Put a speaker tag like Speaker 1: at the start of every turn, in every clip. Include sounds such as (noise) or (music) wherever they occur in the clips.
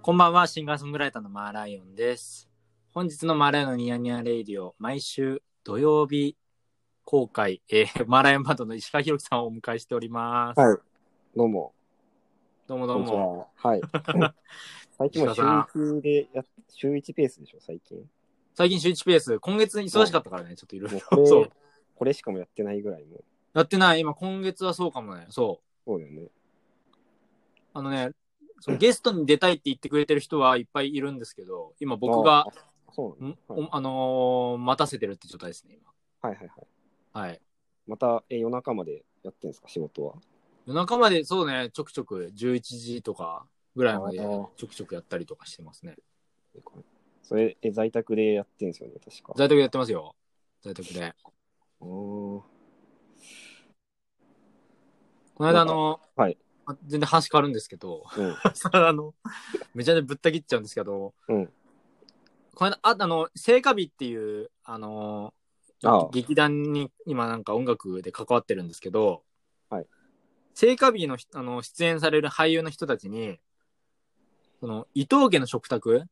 Speaker 1: こんばんは、シンガーソングライターのマーライオンです。本日のマーライオンのニヤニヤレイディオ、毎週土曜日公開、えーマーライオンバンドの石川博樹さんをお迎えしております。
Speaker 2: はい。どうも。
Speaker 1: どうも
Speaker 2: ど
Speaker 1: どうも。
Speaker 2: はい。
Speaker 1: (laughs)
Speaker 2: 最近も週1でや、週一ペースでしょ、最
Speaker 1: (laughs)
Speaker 2: 近。
Speaker 1: 最近週1ペース、今月忙しかったからね、ちょっといろい
Speaker 2: もうこ
Speaker 1: ろ。
Speaker 2: れ、
Speaker 1: そう。
Speaker 2: これしかもやってないぐらいの。
Speaker 1: やってない、今今月はそうかもね。そ
Speaker 2: そうだよね。
Speaker 1: う。あのね、そのゲストに出たいって言ってくれてる人はいっぱいいるんですけど、今僕が、
Speaker 2: あ。あそうなんの、はい、
Speaker 1: おあのー待たせてるって状態ですね、
Speaker 2: はいはいはい。
Speaker 1: 今。はい。
Speaker 2: また、え、夜中までやってんですか、仕事は。
Speaker 1: 夜中まで、そうね、ちょくちょく11時とかぐらいまで
Speaker 2: あー
Speaker 1: ちょくちょくやったりとかしてますね。
Speaker 2: それ、え、在宅でやってんですよね、確か。
Speaker 1: 在宅でやってますよ。在宅で。
Speaker 2: あー
Speaker 1: (laughs) この間、あの、
Speaker 2: はい
Speaker 1: あ全然話変わるんですけど、
Speaker 2: うん。
Speaker 1: さ (laughs) あの、めちゃめちゃぶった切っちゃうんですけど、
Speaker 2: うん
Speaker 1: この間、ああの、聖火日っていう、あの、
Speaker 2: ああ
Speaker 1: 劇団に今なんか音楽で関わってるんですけど、
Speaker 2: はい
Speaker 1: 聖火日のひあの出演される俳優の人たちに、その、伊藤家の食卓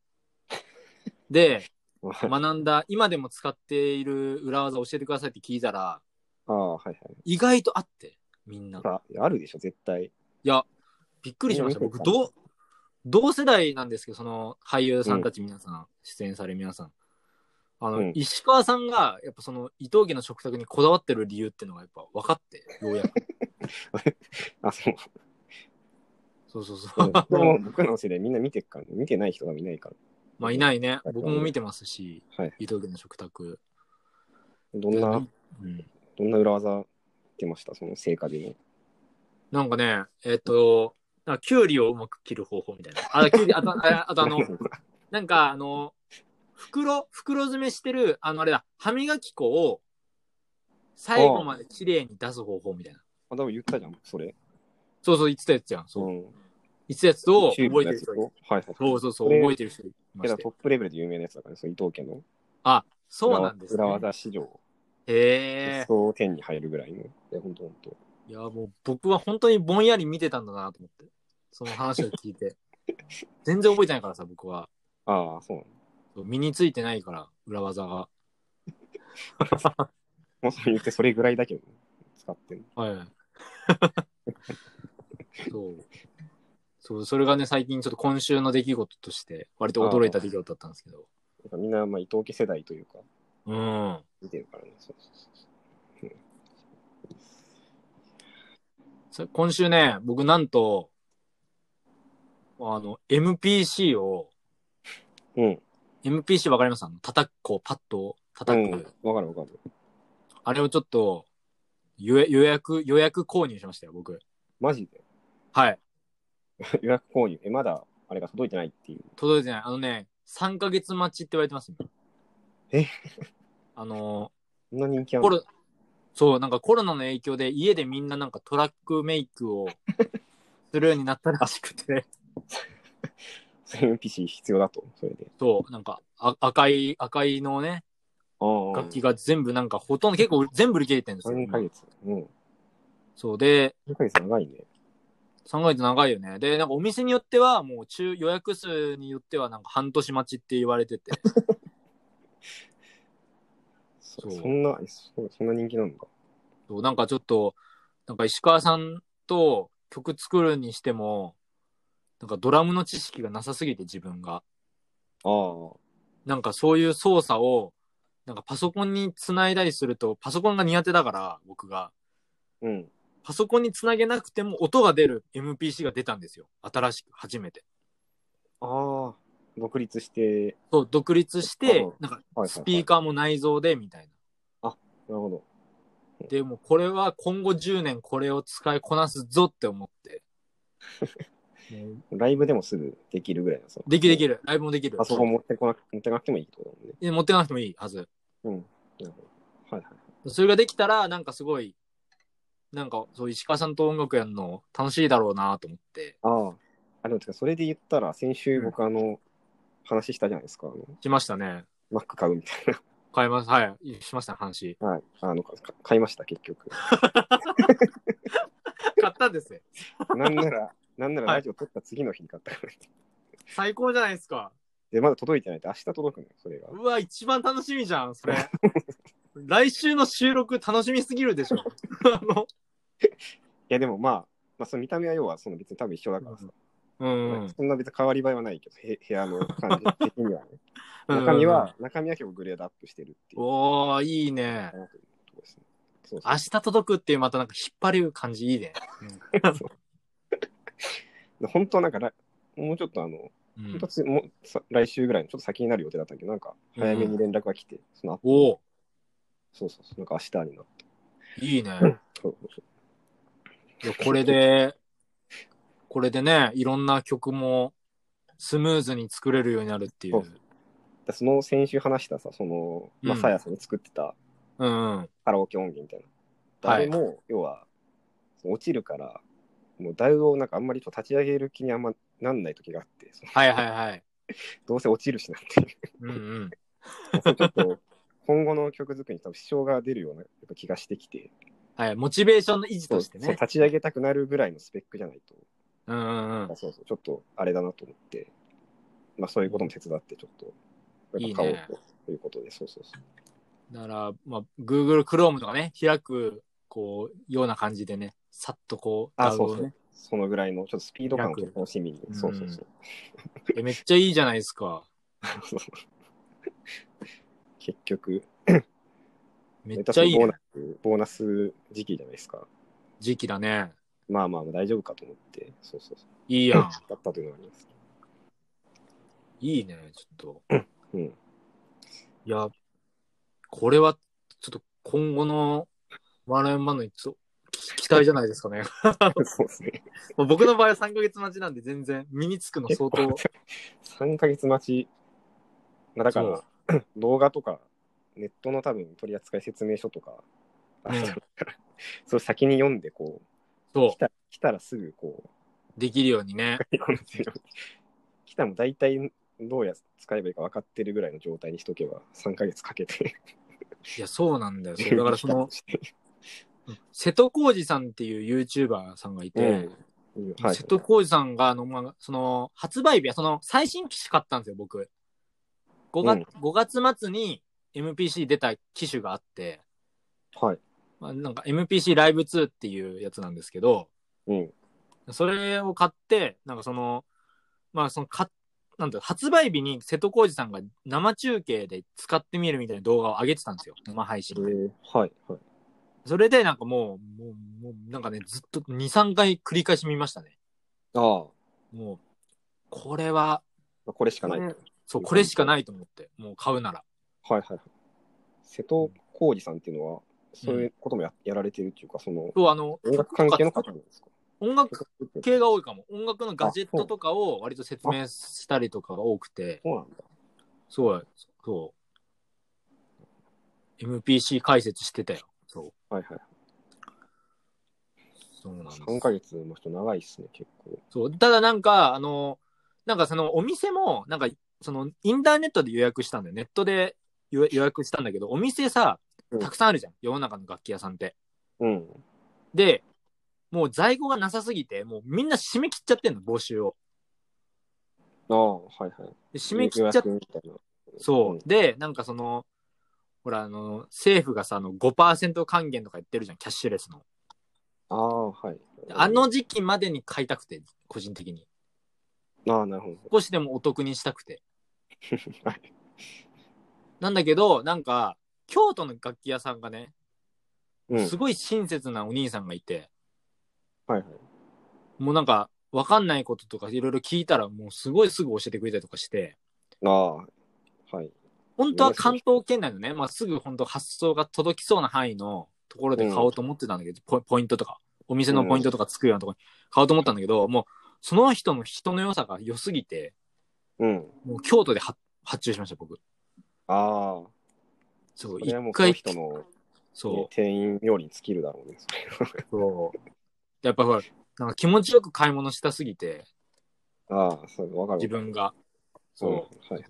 Speaker 1: で学んだ、今でも使っている裏技教えてくださいって聞いたら、
Speaker 2: ああ、はいはい。
Speaker 1: 意外とあって、みんな
Speaker 2: ほ。ら、あるでしょ、絶対。
Speaker 1: いや、びっくりしました。
Speaker 2: え見て
Speaker 1: 僕、
Speaker 2: た
Speaker 1: 同、同世代なんですけど、その俳優さんたち皆さん、出演される皆さん。あの、
Speaker 2: うん
Speaker 1: 石川さんが、やっぱその、伊藤家の食卓にこだわってる理由っていうのがやっぱ分かって、よう
Speaker 2: (laughs)
Speaker 1: やく。(laughs)
Speaker 2: あ、そう。
Speaker 1: そうそうそ
Speaker 2: うん
Speaker 1: う。
Speaker 2: でも、僕の世代みんな見てっから、ね、見てない人が見ないから。
Speaker 1: まあ、いないね
Speaker 2: う。ん
Speaker 1: 僕も見てますし、
Speaker 2: はい
Speaker 1: 伊藤家の食卓。
Speaker 2: どんな、
Speaker 1: うん
Speaker 2: どんな裏技出ました、その成果でも。
Speaker 1: なんかね、えっ、と、なんかキュウリをうまく切る方法みたいな。あ、キュウリ、あと、ああとあ
Speaker 2: (laughs)
Speaker 1: の、なんかあの、袋、袋詰めしてる、あのあれだ、歯磨き粉を最後まで綺麗に出す方法みたいな。
Speaker 2: あ、でも言ったじゃん、それ。
Speaker 1: そうそう、言ってたやつやん。そう。
Speaker 2: ん。
Speaker 1: 言ってたやつを覚
Speaker 2: チュ
Speaker 1: え
Speaker 2: ーブ
Speaker 1: て
Speaker 2: のや
Speaker 1: る
Speaker 2: つ
Speaker 1: 人
Speaker 2: と
Speaker 1: がいる。
Speaker 2: はいはい。
Speaker 1: そうそうそう、
Speaker 2: これ
Speaker 1: 覚えてる人いま
Speaker 2: け
Speaker 1: し
Speaker 2: ど
Speaker 1: て
Speaker 2: トッ。プレベルで有名なやつだからね、その伊藤家の。
Speaker 1: あ、そうなんです
Speaker 2: 裏
Speaker 1: ね。
Speaker 2: 技史上、ベ
Speaker 1: へえ
Speaker 2: ス。ト10に入るぐらいの。いや、ほんとほんと。
Speaker 1: いや、もう僕は本当にぼんやり見てたんだなと思って。その話を聞い
Speaker 2: (laughs)
Speaker 1: て。全然覚えてないからさ、僕は。
Speaker 2: ああ、そうなの。
Speaker 1: 身についてないから、裏技が。
Speaker 2: もうそう言ってそれぐらいだけど、使ってんの。
Speaker 1: はい。 (laughs) そう。そう、それがね、最近ちょっと今週の出来事として、割と驚いた出来事だったんですけど。
Speaker 2: やっぱみんな、まあ、伊藤家世代というか、
Speaker 1: うん。
Speaker 2: 見てるからね。そうそうそうそううん
Speaker 1: そ今週ね、僕なんと、あの、MPC を、
Speaker 2: うん。
Speaker 1: MPC わかりますあの、叩く、こう、パッと
Speaker 2: う
Speaker 1: 叩
Speaker 2: ん
Speaker 1: く。。
Speaker 2: わかるわかる。
Speaker 1: あれをちょっと、予約予約、予約購入しましたよ、僕。
Speaker 2: マジで。 (laughs)
Speaker 1: はい。
Speaker 2: 予約購入。え、まだ、あれが届いてないっていう。
Speaker 1: 届いてない。あのね、3ヶ月待ちって言われてます、今
Speaker 2: え
Speaker 1: あのー、
Speaker 2: そんな人気あ
Speaker 1: コ
Speaker 2: る
Speaker 1: ロそう、なんかコロナの影響で家でみんななんかトラックメイク (laughs) をするようになったらしくて、
Speaker 2: ?MPC 必要だと、それで。
Speaker 1: そう、なんかあ赤い、赤いのね、
Speaker 2: ああ
Speaker 1: 楽器が全部なんかほとんど結構全部売り切れてるんですよ。
Speaker 2: 3
Speaker 1: 今
Speaker 2: ヶ月。うん。
Speaker 1: そうで、
Speaker 2: 3ヶ月長いね。
Speaker 1: 3ヶ月長いよね。で、なんかお店によってはもう中予約数によってはなんか半年待ちって言われてて、
Speaker 2: そ
Speaker 1: そう
Speaker 2: そんな、えそそんな人気なんだ。
Speaker 1: そうなんかちょっと、なんか石川さんと曲作るにしても、なんかドラムの知識がなさすぎて自分が。
Speaker 2: ああ。
Speaker 1: なんかそういう操作を、なんかパソコンにつないだりすると、パソコンが苦手だから、僕が。
Speaker 2: うん。
Speaker 1: パソコンにつなげなくても音が出る MPC が出たんですよ。新しく、初めて。
Speaker 2: ああ、独立して、
Speaker 1: そう、独立して
Speaker 2: うん、
Speaker 1: なん
Speaker 2: はい
Speaker 1: か
Speaker 2: はいはい
Speaker 1: スピーカーも内蔵で、みたいな。
Speaker 2: なるほど。
Speaker 1: でもうこれは今後10年これを使いこなすぞって思
Speaker 2: (laughs)
Speaker 1: って。もう
Speaker 2: ライブでもすぐできるぐらいの。その
Speaker 1: できるできる。ライブもできる。
Speaker 2: パソコン持ってこなく持ってなくてもいいってことだもんね。
Speaker 1: で持ってかなくてもいいはず。
Speaker 2: なるほど。はいはい。
Speaker 1: それができたら、なんかすごい、なんかそう石川さんと音楽やるの楽しいだろうなと思って。
Speaker 2: ああ。あ、でもてか、それで言ったら、先週
Speaker 1: うん
Speaker 2: 僕、あの、話したじゃないですか。あの、
Speaker 1: しましたね。
Speaker 2: Mac 買うみたい
Speaker 1: 買います。 (laughs) はい。しました、話。
Speaker 2: な。はい。あの、かか買いました、
Speaker 1: (laughs)
Speaker 2: 結局。
Speaker 1: 買ったんですね。
Speaker 2: なんなら、なんなら
Speaker 1: はい
Speaker 2: ラジオ撮った次の日に買ったから、
Speaker 1: 最高じゃないですか。
Speaker 2: で、まだ届いてないって、明日届くの、それが。
Speaker 1: うわ、一番楽しみじゃん、それ。
Speaker 2: (laughs)
Speaker 1: 来週の収録楽しみすぎるでしょ。あの、
Speaker 2: いや、でもまあ、まあ、その見た目は要は、その別に多分一緒だからさ。
Speaker 1: うん。
Speaker 2: そんな別に変わり映えはないけど、へ部屋の感
Speaker 1: (laughs)
Speaker 2: じ的にはね。
Speaker 1: うん
Speaker 2: 中身は、中身は結構グレードアップしてるっていう
Speaker 1: おー、いいね。
Speaker 2: ところですね。そうそう
Speaker 1: 明日届くっていうまたなんか引っ張る感じいいね。
Speaker 2: で本当はなんか来、もうちょっとあの、
Speaker 1: う
Speaker 2: 本
Speaker 1: ん
Speaker 2: 当はつもうさ来週ぐらいのちょっと先になる予定だったけど、なんか早めに連絡が来て、その後
Speaker 1: おー、
Speaker 2: そうそうそう、なんか明日になって。
Speaker 1: いいね。
Speaker 2: そうそうそ
Speaker 1: い
Speaker 2: う
Speaker 1: やこれで、これでね、いろんな曲もスムーズに作れるようになるってい
Speaker 2: そうう。でその先週話したさ、その、
Speaker 1: うん
Speaker 2: まあ、さやさんが作ってた
Speaker 1: うんうん。
Speaker 2: カラオケ音源みたいな。あ
Speaker 1: はい
Speaker 2: れも、要は、その落ちるから、もう台をなんかあんまりちょっと立ち上げる気にあんまなんない時があって、その
Speaker 1: はいはいはい。
Speaker 2: どうせ落ちるしなってい
Speaker 1: う
Speaker 2: う。
Speaker 1: んうん。
Speaker 2: ちょっと今後の曲作りに多分支障が出るようなやっぱ気がしてきて、
Speaker 1: はい。モチベーションの維持として
Speaker 2: そう
Speaker 1: ね。
Speaker 2: 立ち上げたくなるぐらいのスペックじゃないと、
Speaker 1: うんうんうん。
Speaker 2: そうそうちょっとあれだなと思って、まあ、そういうことも手伝ってちょっとやっぱ買おうということで、そうそうそう。
Speaker 1: だから、まあ、Google Chrome とかね、開く、こう、ような感じでね、さっとこう、
Speaker 2: あ、
Speaker 1: ダウ
Speaker 2: そ
Speaker 1: ン
Speaker 2: う
Speaker 1: を
Speaker 2: そう
Speaker 1: ね。。
Speaker 2: そのぐらいのちょっとスピード感を
Speaker 1: 楽
Speaker 2: 楽しみに、
Speaker 1: うん
Speaker 2: そうそうそう。
Speaker 1: えめっちゃいいじゃないですか。
Speaker 2: 結局、
Speaker 1: めっちゃいい
Speaker 2: ボ
Speaker 1: ね、
Speaker 2: ーナスボーナス時期じゃないですか。
Speaker 1: 時期だね。
Speaker 2: まあまあまあ大丈夫かと思って、そうそうそう。
Speaker 1: いいやん。
Speaker 2: だったというのがあります。
Speaker 1: いいね、ちょっと。
Speaker 2: うん
Speaker 1: いや、これは、ちょっと今後の笑いマンの一応、期期待じゃないですか
Speaker 2: (laughs)
Speaker 1: ね。
Speaker 2: そうですね。
Speaker 1: まあ僕の場合は3ヶ月待ちなんで全然身につくの相当。
Speaker 2: 3ヶ月待ち。まあ、だか
Speaker 1: そ
Speaker 2: ら
Speaker 1: う、
Speaker 2: (coughs) 動画とか、ネットの多分取扱説明書とか、 (laughs) あ
Speaker 1: うん
Speaker 2: だからそれ先に読んで、こう、
Speaker 1: そ
Speaker 2: 来た来たらすぐこう、
Speaker 1: う、できるようにね。
Speaker 2: この強い (laughs) 来たも大体どうや使えばいいか分かってるぐらいの状態にしとけば、3ヶ月かけて。
Speaker 1: いや、そうなんだよ。そうだからそ
Speaker 2: (laughs)
Speaker 1: の、瀬戸康二さんっていう YouTuber さんがいて、
Speaker 2: うんはい
Speaker 1: 瀬戸康二さんが、あの、まあ、その、発売日は、その、最新機種買ったんですよ、僕。5月、五月末に MPC 出た機種があって、
Speaker 2: はい。
Speaker 1: まあ、なんか MPC ライブ2っていうやつなんですけど、
Speaker 2: うん。
Speaker 1: それを買って、なんかその、まあその、か、なんだろう発売日に瀬戸康史さんが生中継で使ってみるみたいな動画を上げてたんですよ。生配
Speaker 2: え
Speaker 1: 信で。
Speaker 2: ーはい。はい。
Speaker 1: それでなんかもう、もう、もう、なんかね、ずっと2、3回繰り返し見ましたね。
Speaker 2: ああ、ま
Speaker 1: もう、これは、
Speaker 2: あこれしかない。はい
Speaker 1: そう、これしかないと思って、もう買うなら。
Speaker 2: はいはい。瀬戸康二さんっていうのは、そういうこともややられてるっていうか、その、
Speaker 1: そう、あの、
Speaker 2: 音楽関係の方なんですか
Speaker 1: 音楽系が多いかも。音楽のガジェットとかを割と説明したりとかが多くて、
Speaker 2: そうなんだ。
Speaker 1: そう、そう。MPC 解説してたよ。そう。
Speaker 2: はいはい。
Speaker 1: そうなんです。
Speaker 2: 3ヶ月の人長いっすね、結構。
Speaker 1: そう。ただなんか、あの、なんかそのお店も、なんか、そのインターネットで予約したんだよ。ネットで予予約したんだけど、お店さ
Speaker 2: うん、
Speaker 1: たくさんあるじゃん。世の中の楽器屋さんって。
Speaker 2: うん。
Speaker 1: で、もう在庫がなさすぎて、もうみんな締め切っちゃってんの、募集を。
Speaker 2: ああ、はいはい。
Speaker 1: で締め切っちゃっ
Speaker 2: 予約みたいな。。
Speaker 1: そううんで、なんかその、ほら、あの、政府がさ、あの、5%還元とか言ってるじゃん、キャッシュレスの。
Speaker 2: ああ、はい。
Speaker 1: あ、の時期までに買いたくて、個人的に。
Speaker 2: ああ、なるほど。 (laughs)
Speaker 1: 少しでもお得にしたくて。
Speaker 2: はい。
Speaker 1: なんだけど、なんか、京都の楽器屋さんがね、
Speaker 2: うん。
Speaker 1: すごい親切なお兄さんがいて、
Speaker 2: はいはい。
Speaker 1: もうなんか、わかんないこととかいろいろ聞いたら、もうすごいすぐ教えてくれたりとかして、
Speaker 2: ああ、はい。
Speaker 1: 本当は関東圏内のね、まあ、すぐ本当発送が届きそうな範囲のところで買おうと思ってたんだけど、ポポイントとか、お店のポイントとかつくようなところに買おうと思ったんだけど、もう、その人の人の良さが良すぎて、
Speaker 2: うん。
Speaker 1: もう京都で発発注しました、僕。
Speaker 2: ああ、
Speaker 1: そう、
Speaker 2: そ
Speaker 1: 一
Speaker 2: れはもうその
Speaker 1: 回、
Speaker 2: 人の
Speaker 1: そう、
Speaker 2: 店員料理に尽きるだろうね。
Speaker 1: そう。やっぱほら、なんか気持ちよく買い物したすぎて、
Speaker 2: ああ、そう、わかる。
Speaker 1: 自分が。そう。だか
Speaker 2: うん。はい。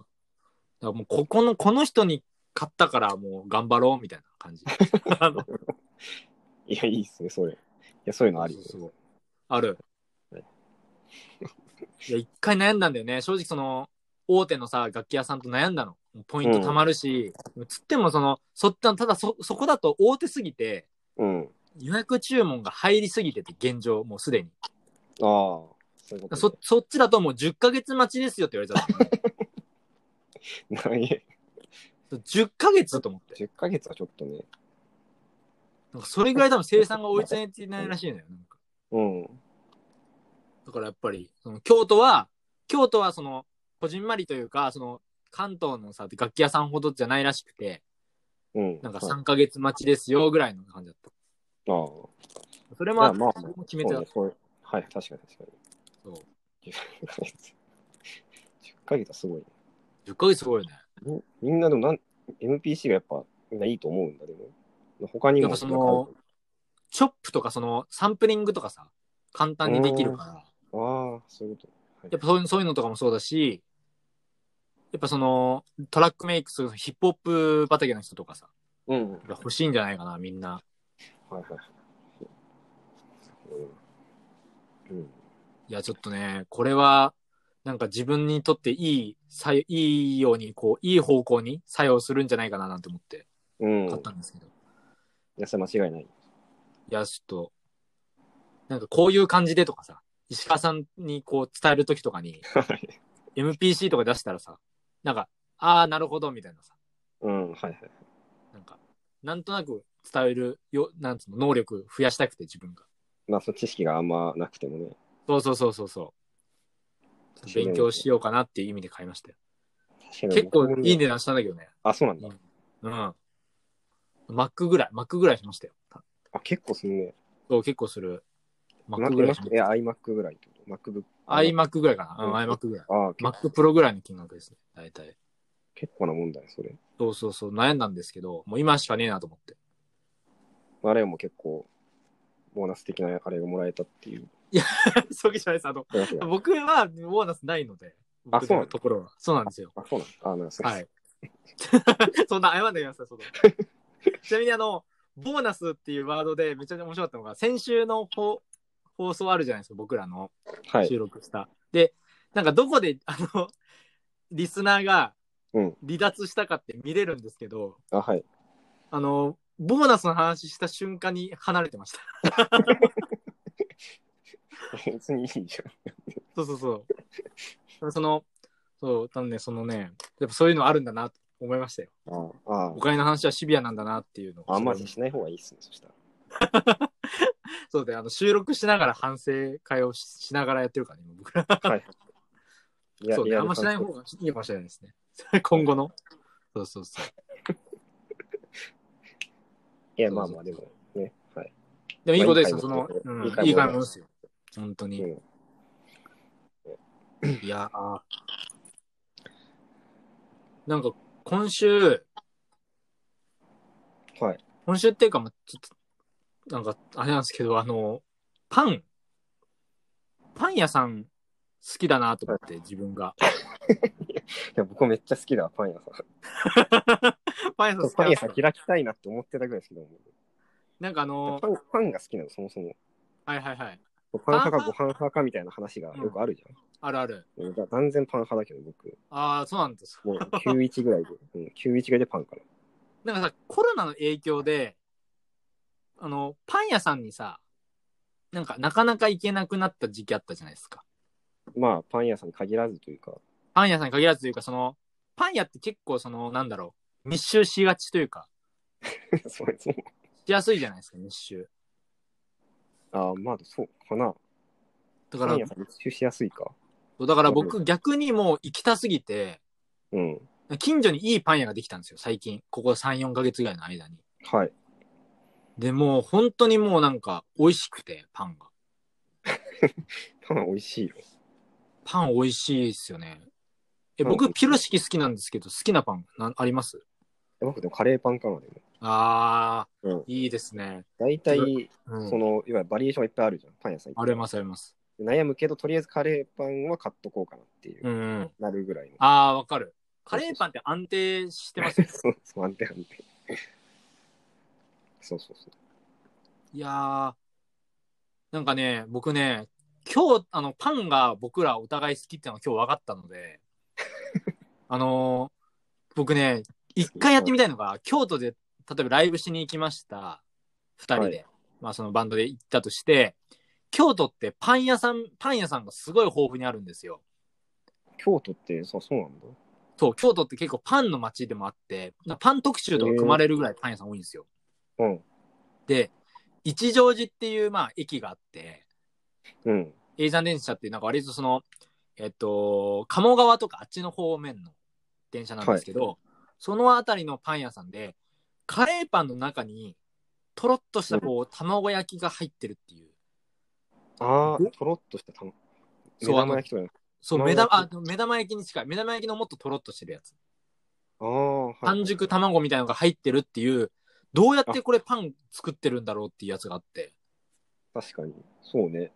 Speaker 1: らもうここの、この人に買ったからもう頑張ろうみたいな感
Speaker 2: (laughs)
Speaker 1: じ。あの
Speaker 2: いや、いいっすね、それ。いや、そういうのあり。
Speaker 1: そうそうある。 (laughs) いや、一回悩んだんだよね。正直その、大手のさ、楽器屋さんと悩んだの。ポイント貯まるし、つってもその、そったただそ、そこだと大手すぎて、
Speaker 2: うん。
Speaker 1: 予約注文が入りすぎてて、現状、もうすでに。
Speaker 2: ああ、そういうこと、
Speaker 1: そ、そっちだともう10ヶ月待ちですよって言われちゃった。
Speaker 2: 何
Speaker 1: 10ヶ月と思って。
Speaker 2: 10ヶ月はちょっとね。
Speaker 1: なんかそれぐらい多分生産が追いついてないらしいのよ。なんか
Speaker 2: うん。
Speaker 1: だからやっぱり、その京都は、京都はその、こじんまりというか、その、関東のさ、楽器屋さんほどじゃないらしくて、
Speaker 2: うん。
Speaker 1: なんか
Speaker 2: はい
Speaker 1: 3ヶ月待ちですよぐらいの感じだった。
Speaker 2: あ
Speaker 1: それ
Speaker 2: あ。
Speaker 1: もあ
Speaker 2: まあまあ
Speaker 1: それも決
Speaker 2: あ、
Speaker 1: めて
Speaker 2: そう
Speaker 1: た
Speaker 2: ね。そういうはい、確かに確か (laughs)
Speaker 1: そう
Speaker 2: に。10ヶ月。10ヶ月はすごい。
Speaker 1: 10ヶ月すごいよね。
Speaker 2: みみんなでもなん MPC がやっぱみんないいと思うんだけど、他に
Speaker 1: やっ
Speaker 2: も
Speaker 1: ぱそのチョップとかそのサンプリングとかさ、簡単にできるから、
Speaker 2: ああ、そういうこ
Speaker 1: やっぱそういうそういうのとかもそうだし、やっぱそのトラックメイクするヒップホップ畑の人とかさ、
Speaker 2: と。うん。は
Speaker 1: や
Speaker 2: い
Speaker 1: っぱ欲しいんじゃないかな、みんな。
Speaker 2: はい。うん。うん、
Speaker 1: いや、ちょっとね、これは、なんか自分にとっていい、さいいように、こう、いい方向に作用するんじゃないかななんて思って
Speaker 2: うん。
Speaker 1: 買ったんですけど。
Speaker 2: いや、それ間違いない。 (laughs)
Speaker 1: いや、ちょっと、なんかこういう感じでとかさ、石川さんにこう伝えるときとかに、MPC とか出したらさ、なんか、ああ、なるほど、みたいなさ、
Speaker 2: うん、はいはい。
Speaker 1: なんか、なんとなく伝えるよ、なんつうの、能力増やしたくて、自分が。
Speaker 2: まあ、その知識があんまなくてもね。
Speaker 1: そうそうそうそうそう。勉強しようかなっていう意味で買いましたよ。
Speaker 2: 確かに
Speaker 1: 結構いい
Speaker 2: ね。
Speaker 1: 値段したんだけどね。
Speaker 2: あ、そうなんだ。
Speaker 1: うん。マックぐらい、マックぐらいしましたよ。
Speaker 2: あ、結構するね。
Speaker 1: そう、結構する。マックぐらいしま
Speaker 2: Mac
Speaker 1: し
Speaker 2: いや、iMac ぐらいってこと。MacBook。
Speaker 1: た。iMac ぐらいかな。うん、
Speaker 2: うん
Speaker 1: iMac ぐらい。
Speaker 2: ああ、け
Speaker 1: Mac Pro ぐらいの金額ですね。大体。
Speaker 2: 結構なもんだね、それ。
Speaker 1: そうそうそう、悩んだんですけど、もう今しかねえなと思って。 (laughs)
Speaker 2: あれも結構、ボーナス的なあれがもらえたっていう。
Speaker 1: そうじゃないです。あの、
Speaker 2: そういうわけだ
Speaker 1: 僕はボーナスないので、
Speaker 2: あ
Speaker 1: 僕
Speaker 2: そう
Speaker 1: の
Speaker 2: なの
Speaker 1: ところは。そうなんですよ。
Speaker 2: あ、そうなんだ。あ、なんかそれ
Speaker 1: はい。 (laughs) そんな謝んでください、そ
Speaker 2: (laughs)
Speaker 1: の。ちなみにあの、ボーナスっていうワードでめちゃめちゃ面白かったのが、先週の放放送あるじゃないですか、僕らの
Speaker 2: はい。
Speaker 1: 収録した。で、なんかどこで、 (laughs) あの、リスナーが
Speaker 2: うん
Speaker 1: 離脱したかって見れるんですけど、
Speaker 2: あ、はい。
Speaker 1: あの、ボーナスの話した瞬間に離れてました。 (laughs)
Speaker 2: 別にいいじゃん。
Speaker 1: そうそうそう。その、そう、多分ね、そのね、やっぱそういうのあるんだなと思いましたよ。
Speaker 2: ああ
Speaker 1: お金の話はシビアなんだなっていうのを
Speaker 2: あんまりしない方がいいっすね、そしたら。
Speaker 1: そうで、あの、収録しながら反省会をししながらやってるからね、今僕ら。
Speaker 2: はい。い
Speaker 1: そうね、あんましない方
Speaker 2: が。
Speaker 1: がいいかもしれないですね。 (laughs) 今後の。そうそうそう。
Speaker 2: いや、まあまあ、でもね。はい。
Speaker 1: でもいいことですよ、そ
Speaker 2: まあ
Speaker 1: の
Speaker 2: いい買い、
Speaker 1: うん
Speaker 2: 物いい買い
Speaker 1: いい買い物
Speaker 2: 物
Speaker 1: ですよ。本当に。
Speaker 2: うん
Speaker 1: いやーなんか、今週、
Speaker 2: はい。
Speaker 1: 今週っていうか、まあちょっと、なんか、あれなんですけど、あの、パン、パン屋さん好きだなと思って、自分が。 (laughs)
Speaker 2: いや、僕めっちゃ好きだわ、パン屋さ
Speaker 1: パン屋さん好きだ
Speaker 2: ん。パン
Speaker 1: な
Speaker 2: 屋さん開きたいなって思ってたぐらいですけど、
Speaker 1: なんかあの
Speaker 2: パ、ンパンが好きなの、そもそも。
Speaker 1: はいはいはい。
Speaker 2: パン派か
Speaker 1: パン
Speaker 2: ご飯派かみたいな話がよくあるじ
Speaker 1: あるある。
Speaker 2: ゃん。だから断然パン派だけど、僕。
Speaker 1: ああ、そうなんです。
Speaker 2: もう91ぐらいで。うん、91ぐらいでパンかな。
Speaker 1: なんかさ、コロナの影響で、あの、パン屋さんにさ、なんか、なかなか行けなくなった時期あったじゃないですか。
Speaker 2: まあ、パン屋さんに限らずというか。
Speaker 1: パン屋さんに限らずというか、その、パン屋って結構その、なんだろう、密集しがちというか、
Speaker 2: (laughs) そうですね。
Speaker 1: しやすいじゃないですか、密集。
Speaker 2: ああ、まあ、そうかな。
Speaker 1: だか
Speaker 2: パ
Speaker 1: ら
Speaker 2: ン屋、さん密集しやすいか。
Speaker 1: だから僕逆にもう行きたすぎて、
Speaker 2: うん。
Speaker 1: 近所にいいパン屋ができたんですよ、最近。ここ3、4ヶ月ぐらいの間に。
Speaker 2: はい。
Speaker 1: で、もう本当にもうなんか、美味しくて、パンが。
Speaker 2: パン美味しいよ。
Speaker 1: パン美味しいですよね。え、
Speaker 2: う
Speaker 1: 僕、
Speaker 2: ん
Speaker 1: ピロシキ好きなんですけど、好きなパンなあります
Speaker 2: 僕でもカレーパンかな、でも。
Speaker 1: ああ、
Speaker 2: うん
Speaker 1: いいですね。
Speaker 2: 大体、
Speaker 1: うん、
Speaker 2: その、いわゆるバリエーションがいっぱいあるじゃん、パン屋さんいっぱい
Speaker 1: ありますあります。
Speaker 2: 悩むけど、とりあえずカレーパンは買っとこうかなっていう、
Speaker 1: うん、うん。
Speaker 2: なるぐらいの。 (laughs)
Speaker 1: ああ、わかる。カレーパンって安定してますよ。
Speaker 2: そうそう、安定安定。そうそうそう。
Speaker 1: いやー、なんかね、僕ね、今日、あの、パンが僕らお互い好きっていうのが今日分かったの
Speaker 2: (laughs)
Speaker 1: で、あのー僕ね、一回やってみたいのが、京都で、例えばライブしに行きました。二人で。
Speaker 2: は
Speaker 1: まあ、そのバンドで行ったとして、京都ってパン屋さん、パン屋さんがすごい豊富にあるんですよ。
Speaker 2: 京都って、そう、そうなんだ。
Speaker 1: そう、京都って結構パンの街でもあって、なパン特集とか組まれるぐらいパン屋さん多いんですよ。
Speaker 2: うん。
Speaker 1: で、一乗寺っていう、まあ、駅があって、
Speaker 2: うん。
Speaker 1: 永山電車ってなんか割とその、えっと、鴨川とかあっちの方面の電車なんですけど、そのあたりのパン屋さんで、カレーパンの中に、とろっとしたこう、卵焼きが入ってるっていう。
Speaker 2: あ
Speaker 1: お
Speaker 2: あ、とろっとした卵。目
Speaker 1: そうあの
Speaker 2: 玉焼きとかね。
Speaker 1: そう、目
Speaker 2: 卵
Speaker 1: 玉あ
Speaker 2: 焼き
Speaker 1: でも目玉焼きに近い。目玉焼きのもっととろっとしてるやつ。
Speaker 2: ああ、はい。
Speaker 1: 半熟卵みたいなのが入ってるっていう、どうやってこれパン作ってるんだろうっていうやつがあって。
Speaker 2: 確かに。そうね。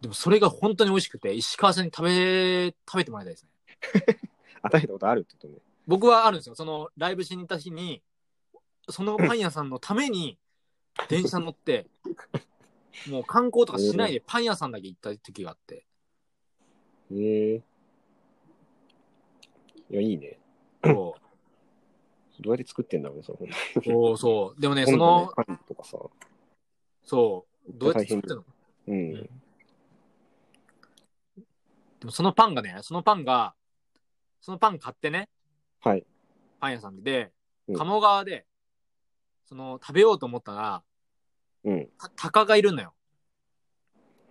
Speaker 1: でもそれが本当に美味しくて、石川さんに食べ、食べてもらいたいですね。
Speaker 2: あ、食べたことあるってことね。
Speaker 1: 僕はあるんですよ。そのライブしに行った日に、そのパン屋さんのために電車乗って、もう観光とかしないでパン屋さんだけ行った時があって。
Speaker 2: へえ。いや、いいね。
Speaker 1: そ
Speaker 2: どうやって作ってんだろうね、その。
Speaker 1: う
Speaker 2: (laughs)
Speaker 1: そうそう。でもね、そ
Speaker 2: 今度ね
Speaker 1: の、
Speaker 2: パンとかさ。
Speaker 1: そう、どうやって作ってるの
Speaker 2: う
Speaker 1: うん
Speaker 2: ん。
Speaker 1: でもそのパンがね、そのパンが、そのパン買ってね、
Speaker 2: はい。
Speaker 1: パン屋さんで、
Speaker 2: うん
Speaker 1: 鴨川で、その食べようと思ったら、
Speaker 2: うん。 (laughs)
Speaker 1: た鷹がいるのよ、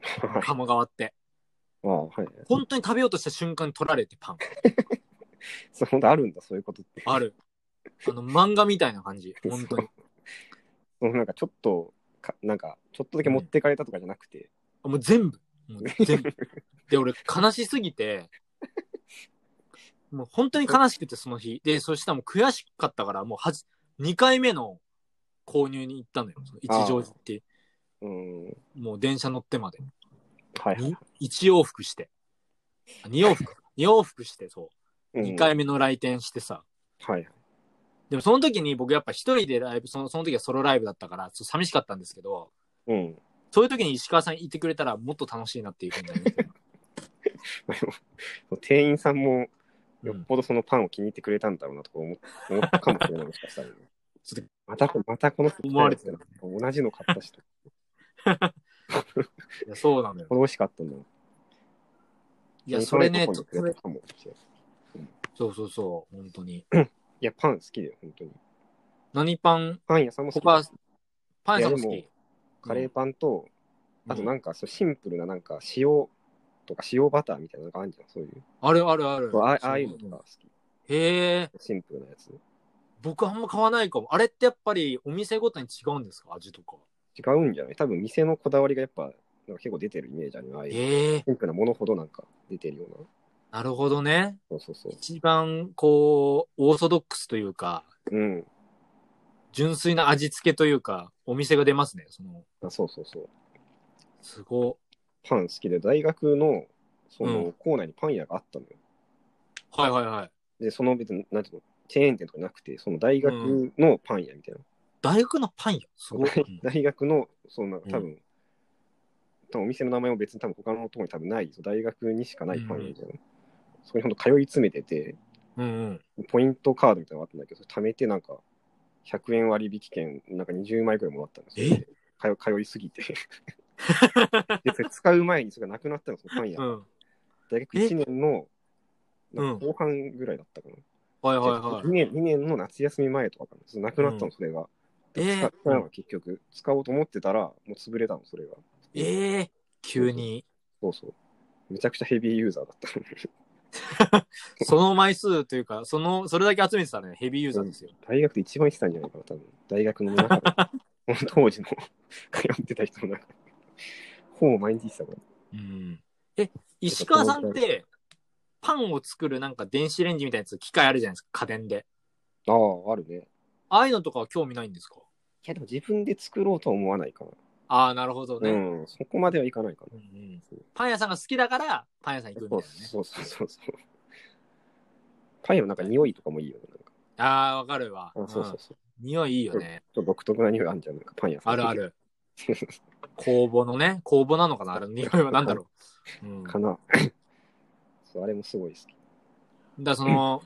Speaker 2: はい。
Speaker 1: 鴨川って。
Speaker 2: ああ、はい。
Speaker 1: 本当に食べようとした瞬間に取られて
Speaker 2: (laughs)
Speaker 1: パン。
Speaker 2: そう、 (laughs) ほんとあるんだ、そういうことって。
Speaker 1: ある。あの、漫画みたいな感じ。本
Speaker 2: (laughs)
Speaker 1: 当に。
Speaker 2: そのなんかちょっと、かなんか、ちょっとだけ持ってかれたとかじゃなくて、
Speaker 1: もう全部。もう全
Speaker 2: (laughs)
Speaker 1: 部。で、俺、悲しすぎて、もう本当に悲しくて、その日。で、そしたらもう悔しかったから、もうはじ、2回目の購入に行ったのよ。その一乗寺って、
Speaker 2: うん。はい
Speaker 1: もう電車乗ってまで。
Speaker 2: はいはい。
Speaker 1: 1往復して。あ2往復。2往復して、そうう。
Speaker 2: ん
Speaker 1: 2回目の来店してさ。
Speaker 2: はい。
Speaker 1: でもその時に僕やっぱ一人でライブ、そのその時はソロライブだったから、ちょっと寂しかったんですけど、
Speaker 2: うん。
Speaker 1: そういう時に石川さんいてくれたらもっと楽しいなっていうふうになります
Speaker 2: まあでもそう店員さんも、よ
Speaker 1: う
Speaker 2: っ
Speaker 1: ん
Speaker 2: ぽどそのパンを気に入ってくれたんだろうなとか思っ思ったかもしれない、もしかしたらね、
Speaker 1: (laughs) ちょっ
Speaker 2: またこ、またこの人来たよ
Speaker 1: 思われてる
Speaker 2: 同じの買ったし、こと
Speaker 1: いやそうなのよ。
Speaker 2: れ美味しかったんだ。
Speaker 1: いや、それね、
Speaker 2: そう
Speaker 1: ち
Speaker 2: い
Speaker 1: ょ
Speaker 2: う
Speaker 1: っね
Speaker 2: とことにくれたかもしれない
Speaker 1: そうそうそう、本当に。
Speaker 2: いや、パン好きだよ、本当に。
Speaker 1: 何パン、
Speaker 2: パン屋さんも好き
Speaker 1: 他、パン屋さんも好
Speaker 2: いや
Speaker 1: き
Speaker 2: で。カレーパンと、あと
Speaker 1: うん
Speaker 2: なんか、そうシンプルな、なんか、塩とか塩バターみたいなのがあるじゃん、そういう。
Speaker 1: あるあるある。
Speaker 2: ああああいうのとか好き。
Speaker 1: へえ、
Speaker 2: シンプルなやつ。
Speaker 1: 僕あんま買わないかも。あれってやっぱりお店ごとに違うんですか味とか。
Speaker 2: 違うんじゃない多分、店のこだわりがやっぱ、なんか結構出てるイメージあるよああいう。
Speaker 1: へえ、
Speaker 2: シンプルなものほどなんか出てるような。
Speaker 1: なるほどね。
Speaker 2: そうそうそう。
Speaker 1: 一番こう、オーソドックスというか、
Speaker 2: うん。
Speaker 1: 純粋な味付けというか、お店が出ますね。その、
Speaker 2: あそうそうそう。
Speaker 1: すご。
Speaker 2: パン好きで、大学の、そうの、校内にパン屋があったのよ。
Speaker 1: はいはいはい。
Speaker 2: で、その別に、なんていうの、チェーン店とかなくて、その大学のパン屋みたいな。
Speaker 1: 大学のパン屋すごい。うん
Speaker 2: (laughs) 大学の、そのなんか多分、多分お店の名前も別に多分他のところに多分ない、大学にしかないパン屋みたいな。そこにほんと通い詰めてて、
Speaker 1: うんうん。
Speaker 2: ポイントカードみたいなのがあったんだけど、それ貯めてなんか、100円割引券、なんか20枚くらいもらったんですよ。通通いすぎて。
Speaker 1: (laughs)
Speaker 2: で、それ使う前にそれがなくなったの、そのパン屋。
Speaker 1: うん。
Speaker 2: 大学1年の、
Speaker 1: え
Speaker 2: なんか後半ぐらいだったかな。
Speaker 1: はいはい
Speaker 2: 2
Speaker 1: はい。
Speaker 2: 年 ,2 年の夏休み前とかかな。その亡くなった
Speaker 1: う
Speaker 2: の、それが。
Speaker 1: え
Speaker 2: で使
Speaker 1: ー
Speaker 2: ったのが結局、使おうと思ってたら、もう潰れたの、それが。
Speaker 1: ええ急に。
Speaker 2: そうそう。めちゃくちゃヘビーユーザーだったの。 (laughs)
Speaker 1: その枚数というか、その、それだけ集めてたらね、ヘビーユーザーですよ。
Speaker 2: 大学で一番行ってたんじゃないかな、多分。大学の
Speaker 1: (laughs)
Speaker 2: 中で。その当時の通ってた人の中で。ほぼ毎日行ってたから。
Speaker 1: うん。え、石川さんって、パンを作るなんか電子レンジみたいなやつ、機械あるじゃないですか、家電で。
Speaker 2: ああ、あるね。い
Speaker 1: ああいうのとかは興味ないんですか
Speaker 2: や、でも自分で作ろうとは思わないかな。
Speaker 1: ああ、なるほどね。うん
Speaker 2: うん、そこまではいかないかな。
Speaker 1: うんパン屋さんが好きだから、パン屋さん行くみたい
Speaker 2: そ
Speaker 1: な
Speaker 2: う
Speaker 1: ね。
Speaker 2: そうそうそうそう。パンのなんか匂いとかもいいよね。
Speaker 1: ああ、わかるわ。
Speaker 2: なんかあそうそううんそう。ちょ
Speaker 1: 匂いいいよね。
Speaker 2: っと独特な匂いあるじゃん。なんかパン屋さん。
Speaker 1: あるあ。る。工房のね、工房なのかなあれの匂いはなんだろう。うん、
Speaker 2: (laughs) かな。そうあれもすごい好き。
Speaker 1: だからその、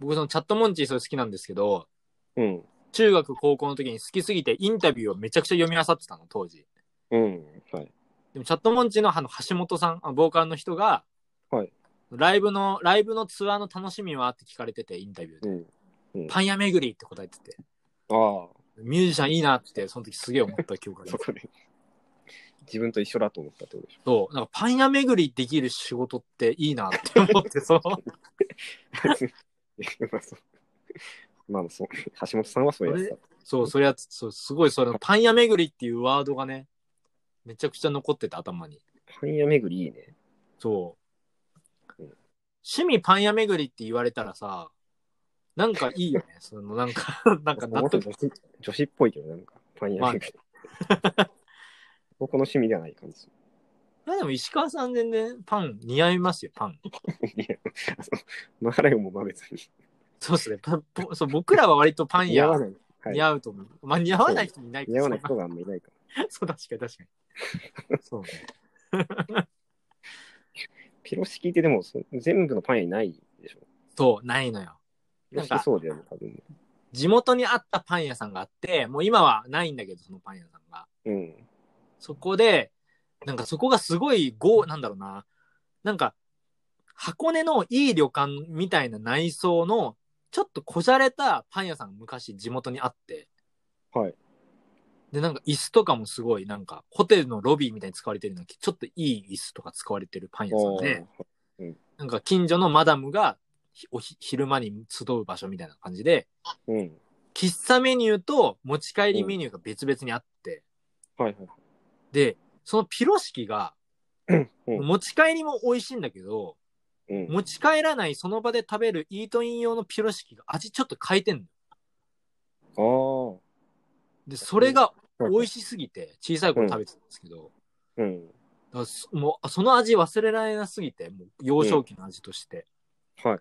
Speaker 1: 僕そのチャットモンチーそれ好きなんですけど、
Speaker 2: うん。
Speaker 1: 中学高校の時に好きすぎてインタビューをめちゃくちゃ読み漁ってたの、当時。
Speaker 2: うん。はい。
Speaker 1: でもチャットモンチーのあの橋本さん、あボーカルの人が、
Speaker 2: はい
Speaker 1: ライブの、ライブのツアーの楽しみはって聞かれてて、インタビューで。
Speaker 2: うん。
Speaker 1: パン屋巡りって答えてて、
Speaker 2: ああ、
Speaker 1: ミュージシャンいいなって、その時すげえ思った記憶があり
Speaker 2: そ (laughs)
Speaker 1: ます。
Speaker 2: こで。自分と一緒だと思ったってことでし
Speaker 1: そう、なんかパン屋巡りできる仕事っていいなって思って、その、
Speaker 2: ょ。
Speaker 1: (laughs)
Speaker 2: まあ、そう。まあ、そう。橋本さんはそういうやつだっ
Speaker 1: そう、それやつ、そう、すごいそれのパン屋巡りっていうワードがね、めちゃくちゃ残ってて頭に。
Speaker 2: た。パン屋巡りいいね。
Speaker 1: そう。
Speaker 2: うん
Speaker 1: 趣味パン屋巡りって言われたらさ、なんかいい
Speaker 2: (laughs)
Speaker 1: よね。そのなんか、 (laughs) なんか納
Speaker 2: 女
Speaker 1: 得。
Speaker 2: 子女子っぽいけど、なんか、パン屋巡り。 (laughs) 僕の趣味ではない感じ。
Speaker 1: いやでも石川さん全然パン似合いますよ、パン。
Speaker 2: いや、そうマハライオンもまあ別に。
Speaker 1: そうですね。パンぼそう僕らは割とパン
Speaker 2: 似合
Speaker 1: 屋
Speaker 2: わない。はい
Speaker 1: 似合うと思う。まあ似合わない人いないけ
Speaker 2: 似合
Speaker 1: ど
Speaker 2: わない人があんまいないか
Speaker 1: (laughs) そう、確かに確かに。そうね。
Speaker 2: ら。ピロシキってでも、そ全部のパン屋にないでしょ。
Speaker 1: そう、ないのよ。
Speaker 2: ピロシキそうだよね、多分ね。
Speaker 1: 地元にあったパン屋さんがあって、もう今はないんだけど、そのパン屋さんが。
Speaker 2: うん。
Speaker 1: そこで、なんかそこがすごい豪、なんだろうな。なんか、箱根のいい旅館みたいな内装の、ちょっとこじゃれたパン屋さん昔地元にあって。
Speaker 2: はい。
Speaker 1: で、なんか椅子とかもすごい、なんかホテルのロビーみたいに使われてるのちょっといい椅子とか使われてるパン屋さんで、なんか近所のマダムがひおひ昼間に集う場所みたいな感じで、
Speaker 2: うん。はい
Speaker 1: 喫茶メニューと持ち帰りメニューが別々にあって、
Speaker 2: はい。
Speaker 1: で、そのピロシキが、
Speaker 2: うん
Speaker 1: 持ち帰りも美味しいんだけど、
Speaker 2: うん。
Speaker 1: 持ち帰らないその場で食べるイートイン用のピロシキが味ちょっと変えてんの。
Speaker 2: ああ。
Speaker 1: で、それが
Speaker 2: うん
Speaker 1: 美味しすぎて、小さい頃食べてたんですけど、
Speaker 2: うん。
Speaker 1: だからそもうその味忘れられなすぎて、もう幼少期の味として。
Speaker 2: はい。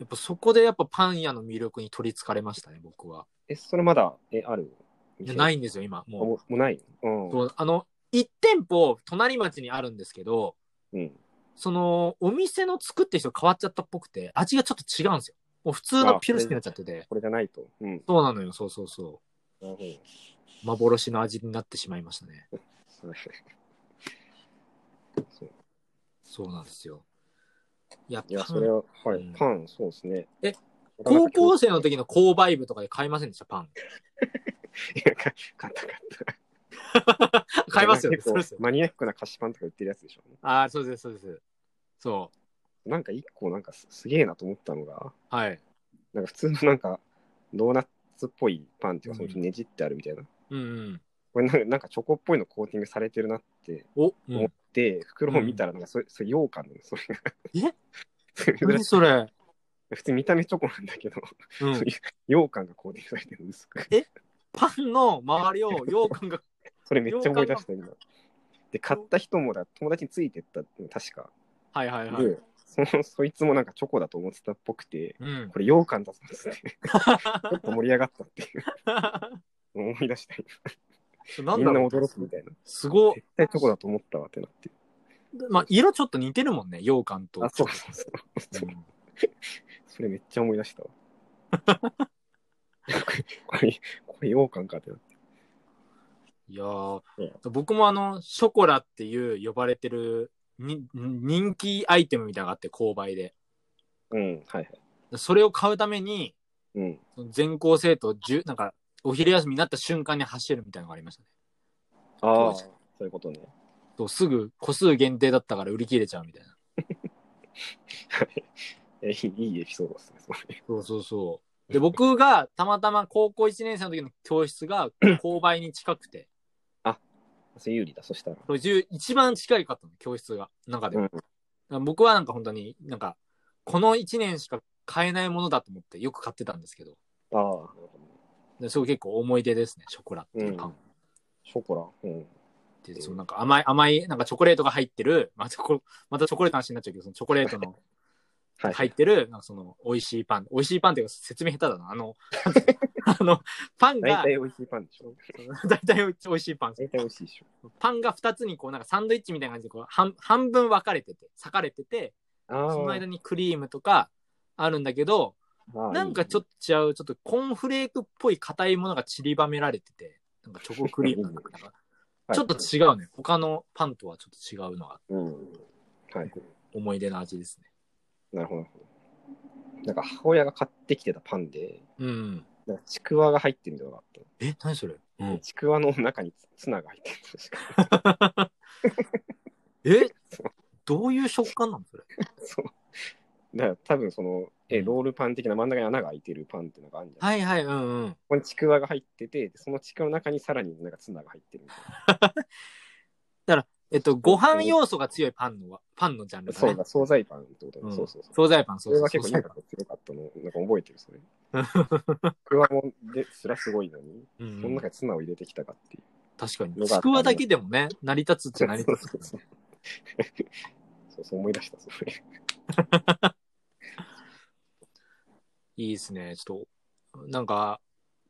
Speaker 1: やっぱそこでやっぱパン屋の魅力に取り憑かれましたね、僕は。
Speaker 2: え、それまだ、え、ある。
Speaker 1: いやないいんですよ、今。
Speaker 2: あ
Speaker 1: もう。
Speaker 2: もうもうない。うん。
Speaker 1: そうあの、一店舗、隣町にあるんですけど、
Speaker 2: うん。
Speaker 1: その、お店の作ってる人変わっちゃったっぽくて、味がちょっと違うんですよ。もう普通のピロシキになっちゃってて。
Speaker 2: これじゃないと。うん。
Speaker 1: そうなのよ、そうそうそ
Speaker 2: なるほど。
Speaker 1: う。幻の味になってしまいましたね。
Speaker 2: そうですねそう
Speaker 1: そうなんですよ。やっ
Speaker 2: いや、
Speaker 1: ぱ
Speaker 2: そ、れは、は
Speaker 1: うん
Speaker 2: い。パン、そうですね。
Speaker 1: え、高校生の時の購買部とかで買いませんでした、パン。
Speaker 2: いや、か買った買った。
Speaker 1: 買いますよね、
Speaker 2: 結構
Speaker 1: そうですよ。
Speaker 2: マニアックな菓子パンとか売ってるやつでしょ。
Speaker 1: ああ、そうです、そうです。そ
Speaker 2: なんか一個なんかすすげえなと思ったのが、
Speaker 1: う。はい。
Speaker 2: なんか普通のなんかドーナツっぽいパンっていうか、
Speaker 1: うん
Speaker 2: そのねじってあるみたいな。
Speaker 1: うんうん。
Speaker 2: これなんかなんかチョコっぽいのコーティングされてるなって
Speaker 1: お、う
Speaker 2: 思っ
Speaker 1: ん、
Speaker 2: て、袋を見たらなんかそれ、それ羊羹なのそれ
Speaker 1: え
Speaker 2: が。そ (laughs) れが
Speaker 1: 何それ。
Speaker 2: 普通に見た目チョコなんだけど、
Speaker 1: うん。
Speaker 2: 羊羹がコーティングされてるの薄く。
Speaker 1: パンの周りを羊羹が、
Speaker 2: それめっちゃ思い出した今。で、買った人もだ友達についてったの確か。
Speaker 1: (laughs) はいはいはい。
Speaker 2: で、そのそいつもなんかチョコだと思ってたっぽくて、
Speaker 1: (laughs) うん。
Speaker 2: これ羊羹だぞっ
Speaker 1: (laughs)
Speaker 2: つって、ちょっと盛り上がったっていうのを思い出した
Speaker 1: な
Speaker 2: 今。
Speaker 1: ん
Speaker 2: み
Speaker 1: だ
Speaker 2: んな
Speaker 1: ろう
Speaker 2: 驚くみたいな。
Speaker 1: すごっ
Speaker 2: 絶対チョコだと思ったわってなって。
Speaker 1: まあ、色ちょっと似てるもんね、羊羹と。
Speaker 2: あ、そうそうそう。
Speaker 1: うん
Speaker 2: それめっちゃ思い出した
Speaker 1: (laughs)
Speaker 2: わ。これ、これ羊羹かってなって。
Speaker 1: いやー
Speaker 2: うん
Speaker 1: 僕もあの、ショコラっていう呼ばれてるに人気アイテムみたいなのがあって、購買で。
Speaker 2: うん、はいはい。
Speaker 1: それを買うために、
Speaker 2: うん。
Speaker 1: 全校生徒10、なんか、お昼休みになった瞬間に走るみたいなのがありましたね。
Speaker 2: ああ、
Speaker 1: そ
Speaker 2: そういうことね。
Speaker 1: そうすぐ、個数限定だったから売り切れちゃうみたいな。
Speaker 2: えい (laughs) いいいエピソードですね、それ。
Speaker 1: そうそうそう。で、僕がたまたま高校1年生の時の教室
Speaker 2: (laughs)
Speaker 1: が購買に近くて、
Speaker 2: それ有利だ、そしたら。
Speaker 1: そう10一番近いかったの、教室が、中で
Speaker 2: う
Speaker 1: も。
Speaker 2: ん。
Speaker 1: だから僕はなんか本当になんか、この1年しか買えないものだと思ってよく買ってたんですけど、
Speaker 2: ああ、なるほどね。
Speaker 1: でそれ結構思い出ですね、ショコラっていうパンっ
Speaker 2: ショコラ。うん。
Speaker 1: て、
Speaker 2: うん
Speaker 1: そのなん (laughs) か甘い、甘い、なんかチョコレートが入ってる、またこまたチョコレートの話になっちゃうけど、そのチョコレートの、
Speaker 2: はい。
Speaker 1: 入ってる、なんかその、美味しいパン。美味しいパンっていうか説明下手だな。あの、 (laughs) あの、パン
Speaker 2: 大
Speaker 1: が
Speaker 2: 体、美味しいパンでしょ。
Speaker 1: 大体美味しいパンです
Speaker 2: 大体美味しいでしょ。
Speaker 1: パンが2つにこう、なんかサンドイッチみたいな感じでこう半、半分分かれてて、裂かれてて、
Speaker 2: あ
Speaker 1: その間
Speaker 2: ー
Speaker 1: にクリームとかあるんだけど、
Speaker 2: あー。
Speaker 1: なんかちょ
Speaker 2: っ
Speaker 1: っと違う、ちょっとコーンフレークっぽい硬いものが散りばめられてて、なんかチョコクリームなん
Speaker 2: (laughs)
Speaker 1: か、ちょっと違うね。他のパンとはちょっと違うのが
Speaker 2: うん。はい。
Speaker 1: 思い出の味ですね。
Speaker 2: なるほどなるほど。なんか母親が買ってきてたパンで、
Speaker 1: うん。
Speaker 2: なんかちくわが入ってるのがあったの。
Speaker 1: え、何それうん。
Speaker 2: ちくわの中にツツナが入ってるのしか。
Speaker 1: えどういう食感なのそれ。
Speaker 2: そう。だから多分その、え、
Speaker 1: うん
Speaker 2: ロールパン的な真ん中に穴が開いてるパンっていうのがあるんじゃない、
Speaker 1: はいはい、うんうん。
Speaker 2: ここにちくわが入ってて、そのちくわの中にさらになんかツナが入ってるみたいな。
Speaker 1: えっと、ご飯要素が強いパンのは、パンのジャンルだね。
Speaker 2: そうだ、惣菜パンってことね。
Speaker 1: うん
Speaker 2: そうそうそ
Speaker 1: 惣
Speaker 2: う。
Speaker 1: 菜パン、
Speaker 2: そ
Speaker 1: そう
Speaker 2: れ
Speaker 1: そう
Speaker 2: は
Speaker 1: そう
Speaker 2: 結構なんか強かったの、なんか覚えてる、
Speaker 1: (laughs)
Speaker 2: それ。ちくわもですらすごいのに、
Speaker 1: うん
Speaker 2: その中にツナを入れてきたかっていう。
Speaker 1: 確かに。
Speaker 2: のがあった
Speaker 1: ちくわだけでもね、成り立つっちゃ成り立つけどね。
Speaker 2: そうそうそう思い出した、それ。
Speaker 1: いいですね。ちょっと、なんか、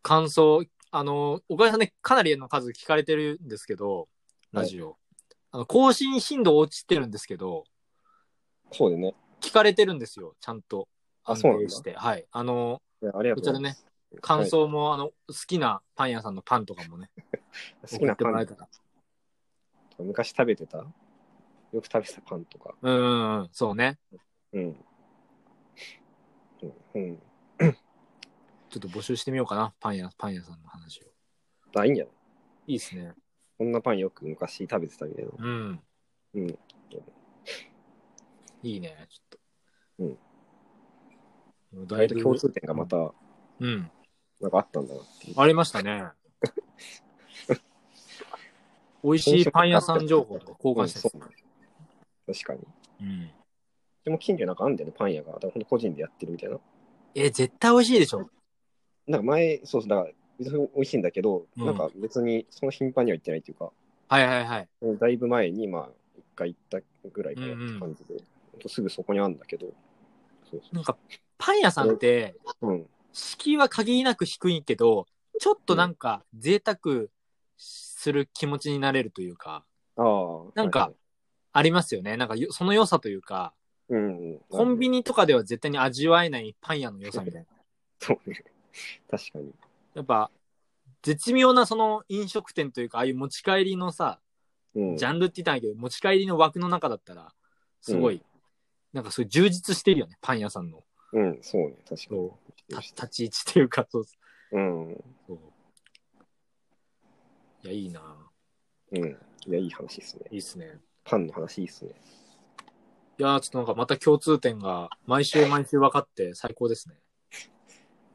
Speaker 1: 感想、あの、おかげさんね、かなりの数聞かれてるんですけど、ラジオ。あの更新頻度落ちてるんですけど、
Speaker 2: そうでね。
Speaker 1: 聞かれてるんですよ、ちゃんと。
Speaker 2: あそうなんだ
Speaker 1: 安定して。はい。あの、
Speaker 2: いやありがとうございます。
Speaker 1: 感想も、あの、好きなパン屋さんのパンとかもね、
Speaker 2: はい好き
Speaker 1: 送
Speaker 2: な
Speaker 1: って
Speaker 2: パ
Speaker 1: もらえ
Speaker 2: ン
Speaker 1: たら。
Speaker 2: とか、昔食べてたよく食べてたパンとか。
Speaker 1: うんうんうん、そうね。
Speaker 2: うん。うん。うん、
Speaker 1: ちょっと募集してみようかな、パン屋、パン屋さんの話を。
Speaker 2: あ、いいんじゃない
Speaker 1: いいですね。
Speaker 2: こんなパンよく昔食べてたけど。
Speaker 1: うん。
Speaker 2: うん。
Speaker 1: いいね、ちょっと。うん。だ
Speaker 2: 意
Speaker 1: い
Speaker 2: 外と
Speaker 1: ぶ
Speaker 2: 共通点がまた、
Speaker 1: うん。
Speaker 2: なんかあったんだなっていう。
Speaker 1: ありました
Speaker 2: (laughs)
Speaker 1: ね。美味しいパン屋さん情報とか交換して
Speaker 2: うんそう確かに。
Speaker 1: うん。
Speaker 2: でも近所なんかあるんだよね、パン屋が。だからほんと個人でやってるみたいな。
Speaker 1: え、絶対美味しいでしょ。
Speaker 2: なんか前、そうそう、だから、別に美味しいんだけど、
Speaker 1: うん
Speaker 2: なんか別にその頻繁には行ってないっていうか、
Speaker 1: はいはいはい。
Speaker 2: だいぶ前に、まあ、一回行ったぐらいかなっ
Speaker 1: うんうん
Speaker 2: て感じで、ほんとすぐそこにあるんだけど、そう
Speaker 1: なんか、パン屋さんって、
Speaker 2: そう。うん。
Speaker 1: 敷居は限りなく低いけど、ちょっとなんか、贅沢する気持ちになれるというか、
Speaker 2: ああ。
Speaker 1: なんか
Speaker 2: はいはい
Speaker 1: ありますよね。なんかよ、その良さというか、
Speaker 2: うんうん。
Speaker 1: コンビ
Speaker 2: ニ。
Speaker 1: ニとかでは絶対に味わえないパン屋の良さみたいな。
Speaker 2: そうね。確かに。
Speaker 1: やっぱ、絶妙なその飲食店というか、ああいう持ち帰りのさ、
Speaker 2: うん。
Speaker 1: ジャンルって言ったんやけど、持ち帰りの枠の中だったら、すごい、なんかそういう充実してるよね、パン屋さんの
Speaker 2: うん、そうね。確かに
Speaker 1: そ。た立ち位置っていうか、そう
Speaker 2: うん。うん。
Speaker 1: そう。いや、いいなぁ
Speaker 2: いや、いい話ですね。
Speaker 1: いいっすね。
Speaker 2: パンの話いいですね。
Speaker 1: いやーちょっとなんかまた共通点が毎週毎週分かって最高ですね。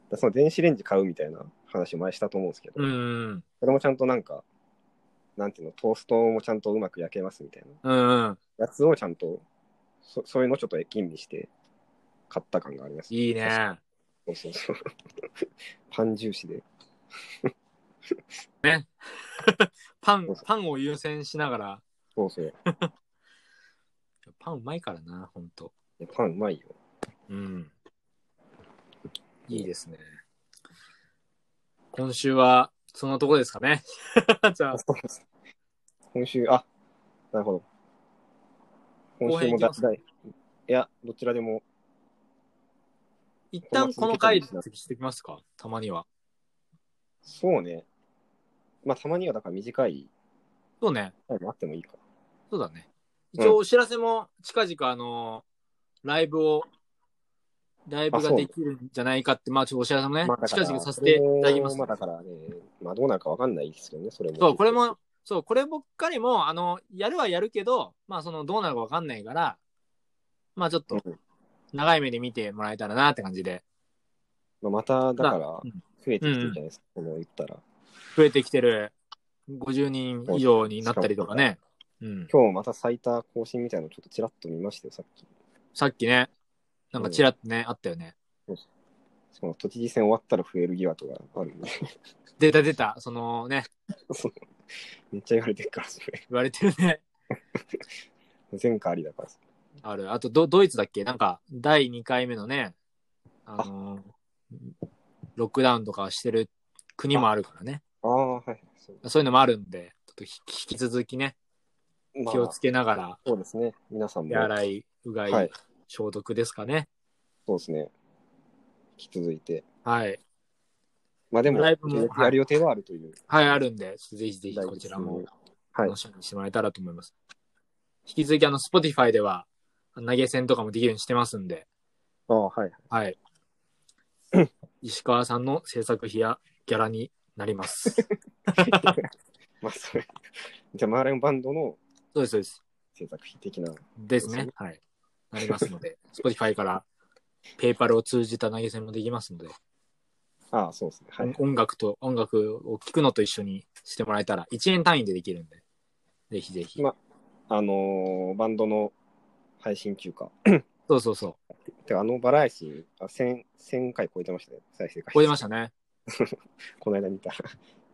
Speaker 2: だその電子レンジ買うみたいな話を前したと思うんですけど、
Speaker 1: うんうん
Speaker 2: それもちゃんとなんか、なんていうの、トーストもちゃんとうまく焼けますみたいな
Speaker 1: うん。うんうん。
Speaker 2: やつをちゃんと、そそういうのをちょっと吟味して買った感があります。
Speaker 1: いいね。
Speaker 2: そうそうそう。 (laughs) パン重視で。
Speaker 1: パン、パンを優先しながら、
Speaker 2: そうそう。
Speaker 1: パンうまいからな、ほんと。
Speaker 2: いやパンうまいよ。
Speaker 1: うん。いいですね。今週は、そんなとこですかね。 (laughs) じゃあ
Speaker 2: あ、そうです今週、あ、なるほど。今週も
Speaker 1: 後編いきます
Speaker 2: だいいや、どちらでも、
Speaker 1: 一旦この回続きしてきますかたまには。
Speaker 2: そうね。まあ、たまにはだから短い
Speaker 1: そうね。
Speaker 2: 回もあってもいいか。
Speaker 1: そうだね。
Speaker 2: うん
Speaker 1: 一応お知らせも近々あのライブを、ライブができるんじゃないかって、まあちょっとお知らせもね、
Speaker 2: まあ、だか
Speaker 1: 近
Speaker 2: ら
Speaker 1: 々させていただきます、
Speaker 2: それもまあ、だからね、まあ、どうなるかわかんないですよね、それも。
Speaker 1: そう、これ。も、そう、こればっかりも、あの、やるはやるけど、まあそのどうなるかわかんないから、まあちょっと
Speaker 2: うん
Speaker 1: 長い目で見てもらえたらなって感じで、
Speaker 2: まあ、また、だから、増
Speaker 1: うん
Speaker 2: えてきてるじゃないですか、この言ったら。
Speaker 1: 増えてきてる50人以上になったりとかね。うん。
Speaker 2: 今日また最多更新みたいなのちょっとちらっと見ましたよ、さっき。
Speaker 1: さっきね、なんかちらっとね、あったよね。
Speaker 2: その都知事選終わったら増える疑惑があるんで、 (laughs)
Speaker 1: 出た出た、そのね、
Speaker 2: そうめっちゃ言われてるから、それ。
Speaker 1: 言われてるね。
Speaker 2: 前科ありだから。
Speaker 1: ある。あとド、ドイツだっけなんか、第2回目のね、あのロックダウンとかしてる国もあるからね。
Speaker 2: ああ、はい。そう
Speaker 1: そういうのもあるんで、ちょっとひ引き続きね、
Speaker 2: まあ
Speaker 1: 気をつけながら、
Speaker 2: そうですね。皆さんも
Speaker 1: 手。洗い、うがい、
Speaker 2: はい
Speaker 1: 消毒ですかね。
Speaker 2: そうですね。引き続いて。
Speaker 1: はい。
Speaker 2: まあでも、
Speaker 1: ライブもはい
Speaker 2: やる予定はあるという。
Speaker 1: はい、あるんで、ぜひぜひこちらも
Speaker 2: はい
Speaker 1: 楽。しみにしてもらえたらと思います。引き続き、あの、Spotify では、投げ銭とかもできるようにしてますんで、
Speaker 2: ああ、はい。
Speaker 1: はい。石川さんの制作費やギャラになります。
Speaker 2: (laughs) まあ、それ。じゃあ、マーレンバンドの
Speaker 1: そうです、そうです。
Speaker 2: 制作費的な。
Speaker 1: ですね。はい。なりますので、Spotify から、ペイパルを通じた投げ銭もできますので、
Speaker 2: ああ、そうですね。はい。
Speaker 1: 音楽と、音楽を聴くのと一緒にしてもらえたら、1円単位でできるんで、ぜひぜひ。
Speaker 2: まあのーバンドの配信中か。
Speaker 1: そうそうそう。
Speaker 2: てかあのバラエティあ1000、1000回超えてましたね。再生回数。
Speaker 1: 超えてましたね。
Speaker 2: この間見た。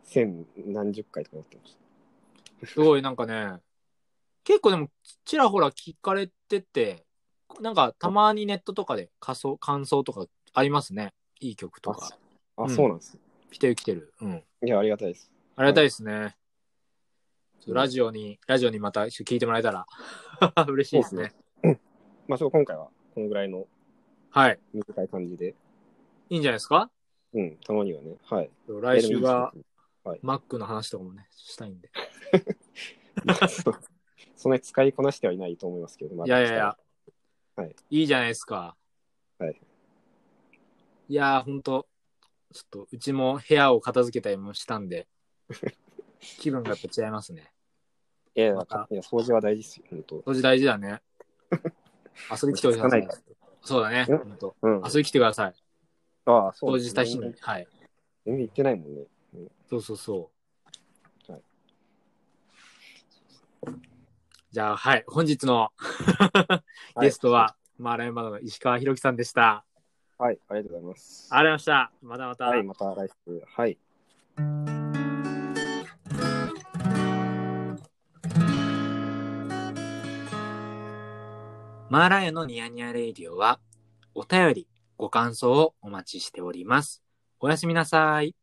Speaker 2: 1000何十回とかなってました。
Speaker 1: すごいなんかね、結構でも、ちらほら聞かれてて、なんかたまにネットとかで仮想感想とかありますね。いい曲とか。
Speaker 2: あ、
Speaker 1: うん
Speaker 2: そうなんです。
Speaker 1: 来てる来てる。うん。
Speaker 2: いや、ありがたいです。
Speaker 1: ありがたいですね。ちょっとラジオに、ラジオにまた聞いてもらえたら、 (laughs) 嬉しいですね。
Speaker 2: まあ、ちょっと今回はこのぐらいの
Speaker 1: はい。
Speaker 2: 短い感じで、
Speaker 1: いいんじゃないですか
Speaker 2: うん、たまにはね。はい。
Speaker 1: 来週は
Speaker 2: えーでもいいですね
Speaker 1: マックの話とかもね、したいんで。
Speaker 2: まあそうそんなに使いこなしてはいないと思いますけど、まあ
Speaker 1: いやいやいや。
Speaker 2: はい。
Speaker 1: いいじゃないですか。
Speaker 2: はい。
Speaker 1: いやー、ほんと、ちょっと、うちも部屋を片付けたりもしたん
Speaker 2: (laughs)
Speaker 1: で、気分がやっぱ違いますね。
Speaker 2: いやいや、
Speaker 1: また
Speaker 2: いや掃除は大事ですよ、本当。
Speaker 1: 掃除大事だ
Speaker 2: (laughs)
Speaker 1: ね。遊び来てください
Speaker 2: 落ち着かないか。
Speaker 1: そうだね。
Speaker 2: うん
Speaker 1: ほんと。
Speaker 2: うん。
Speaker 1: 遊び来てください。
Speaker 2: ああ、そう
Speaker 1: 掃
Speaker 2: で
Speaker 1: 除
Speaker 2: す
Speaker 1: した日
Speaker 2: 全
Speaker 1: に。
Speaker 2: 然
Speaker 1: はい。
Speaker 2: 全然行ってないもんね。
Speaker 1: そうそうそう。
Speaker 2: はい
Speaker 1: じゃあ、はい。本日のゲストは、マーライオンバンドの石川博樹さんでした。
Speaker 2: はい。はい、ありがとうございます。
Speaker 1: ありがとうございました。またまた。
Speaker 2: はい、また来週。はい。
Speaker 1: マーライオンのニヤニヤレイディオは、お便り、ご感想をお待ちしております。おやすみなさい。